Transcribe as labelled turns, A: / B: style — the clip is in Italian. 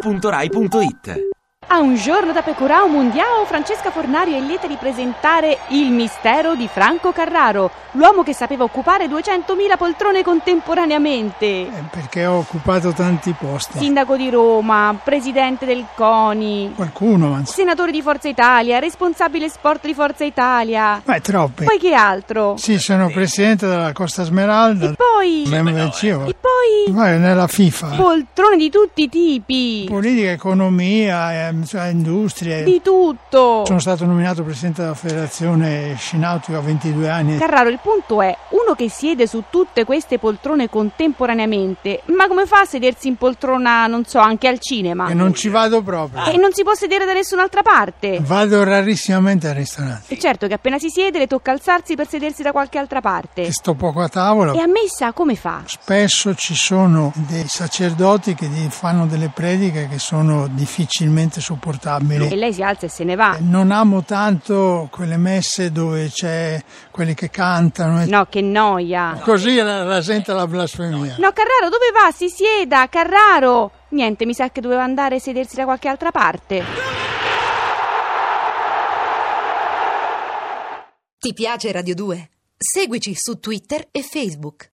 A: radio2pod.rai.it
B: A un giorno da Pecora Mundiao, Francesca Fornario è lieta di presentare Il mistero di Franco Carraro, l'uomo che sapeva occupare 200.000 poltrone contemporaneamente.
C: Eh, perché ho occupato tanti posti.
B: Sindaco di Roma, presidente del CONI,
C: Qualcuno, ma insomma.
B: senatore di Forza Italia, responsabile sport di Forza Italia.
C: Ma è eh, troppi.
B: Poi che altro?
C: Sì, sono presidente della Costa Smeralda.
B: E poi... eh,
C: Membro del CIO.
B: E poi...
C: Ma è nella FIFA.
B: Poltrone di tutti i tipi.
C: Politica, economia, ehm, cioè, industria.
B: Di tutto.
C: Sono stato nominato presidente della federazione scinautica a 22 anni.
B: Carraro, il punto è, uno che siede su tutte queste poltrone contemporaneamente, ma come fa a sedersi in poltrona, non so, anche al cinema?
C: E non ci vado proprio.
B: Ah, E non si può sedere da nessun'altra parte.
C: Vado rarissimamente al ristorante.
B: E certo che appena si siede le tocca alzarsi per sedersi da qualche altra parte.
C: E sto poco a tavola.
B: E a messa come fa?
C: Spesso ci sono dei sacerdoti che gli fanno delle prediche che sono difficilmente
B: E
C: sopportabili.
B: lei si alza e se ne va.
C: Non amo tanto quelle messe dove c'è quelli che cantano e
B: No, che noia.
C: così ra- rasenta la blasfemia.
B: No, Carraro, dove va? Si sieda, Carraro! Niente, mi sa che doveva andare a sedersi da qualche altra parte.
D: Ti piace Radio 2? Seguici su Twitter e Facebook.